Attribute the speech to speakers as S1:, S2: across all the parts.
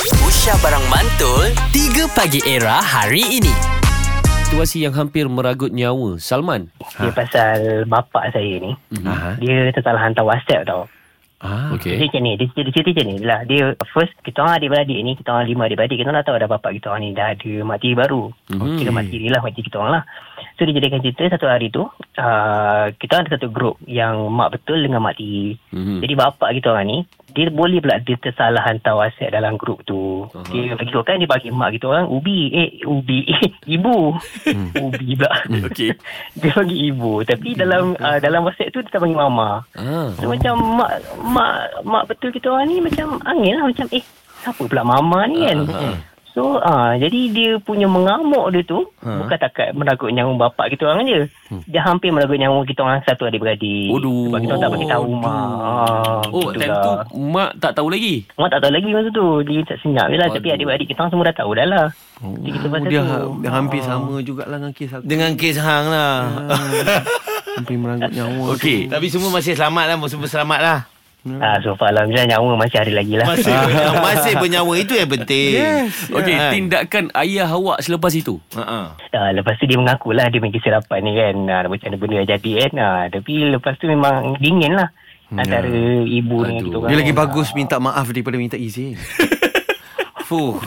S1: Aisyah Barang Mantul 3 Pagi Era hari ini
S2: situasi yang hampir meragut nyawa Salman.
S3: Dia pasal bapak saya ni
S2: Aha.
S3: Dia tersalah hantar whatsapp tau
S2: Ah,
S3: Dia
S2: okey.
S3: macam ni Dia, dia, dia cerita macam ni lah Dia first Kita orang adik-beradik ni Kita orang lima adik-beradik Kita orang dah tahu dah bapak kita orang ni Dah ada mati baru
S2: Mhm.
S3: hmm. Kira mati dia lah Mati kita orang lah So dia jadikan cerita Satu hari tu uh, Kita orang ada satu grup Yang mak betul dengan mak tiri
S2: Mhm.
S3: Jadi bapak kita orang ni Dia boleh pula Dia tersalah hantar whatsapp dalam grup tu
S2: Aha.
S3: Dia bagi kan Dia bagi mak kita orang Ubi Eh ubi Eh ibu Ubi pula
S2: Hmm.
S1: Okey
S3: dia panggil ibu tapi dalam uh, dalam WhatsApp tu dia tak panggil mama.
S2: Ah.
S4: Oh.
S3: So macam mak mak mak betul kita orang ni macam angin lah macam eh siapa pula mama ni
S2: Ah.
S3: kan.
S4: Ah,
S3: So uh, jadi dia punya mengamuk dia tu
S4: Ah.
S3: bukan takat meragut nyawa bapak kita orang je.
S4: Hmm.
S3: Dia hampir meragut nyawa kita orang satu adik-beradik.
S2: Aduh.
S3: Sebab kita orang tak bagi tahu mak. Ah,
S1: Oh
S3: gitu
S1: time
S3: lah.
S1: tu Mak tak tahu lagi
S3: Mak tak tahu lagi masa tu. Dia tak senyap je lah. Tapi
S2: Aduh.
S3: adik-adik kita orang semua dah tahu dah lah.
S4: Oh,
S3: Jadi kita pasal
S4: dia
S3: tu.
S4: ha- dia hampir
S3: Ah.
S4: sama jugalah dengan kes aku.
S5: Dengan kes hang lah
S4: hampir meranggut nyawa.
S2: Okey.
S5: Tapi semua masih selamat lah Semua selamat lah
S3: Ah, so far Alhamdulillah nyawa masih ada lagi lah.
S5: Masih bernyawa, masih bernyawa Itu yang penting
S4: Yes,
S2: Okey,
S5: Ah. Ya.
S2: tindakan ayah awak selepas itu.
S5: Ha-ha.
S3: Uh, lepas tu dia mengakulah dia punya kesilapan ni kan uh, macam mana benda yang jadi kan uh, tapi lepas tu memang dingin lah antara ibu dengan kan.
S2: Aduh.
S3: kita orang
S4: Dia lagi bagus minta maaf daripada minta izin.
S5: Fuh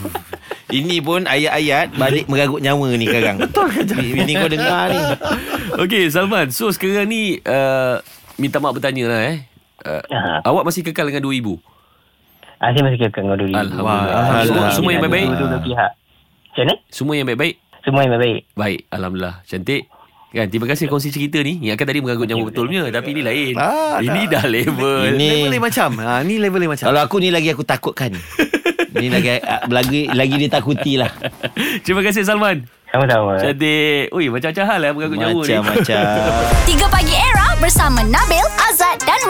S5: Ini pun ayat-ayat Balik meragut nyawa ni sekarang Betul ke Ini kau dengar ni
S2: Okey, Salman. So sekarang ni uh, minta mak bertanya lah eh. Uh,
S3: Ah.
S2: awak masih kekal dengan dua ibu.
S3: uh, saya masih kekal dengan dulu
S2: Alhamdulillah.
S5: Alhamdulillah.
S2: Semua, semua yang baik-baik.
S3: dua-dua pihak macam mana?
S2: Semua yang baik-baik.
S3: semua yang baik-baik
S2: Baik, alhamdulillah. Cantik. Kan, terima kasih kongsi cerita ni. Yang akan tadi mengagut nyawa betulnya tapi ini lain.
S4: Ah,
S2: ini dah level.
S5: Ini-
S4: Level lain macam. Ha, ni level lain macam.
S5: Kalau aku ni lagi aku takutkan Ni lagi lagi lagi dia takuti lah
S2: terima kasih Salman.
S3: sama-sama
S2: Cantik. Ui, macam-macam hal lah mengagut nyawa ni.
S5: Macam-macam
S6: 3 Pagi Era bersama Nabil, Azad dan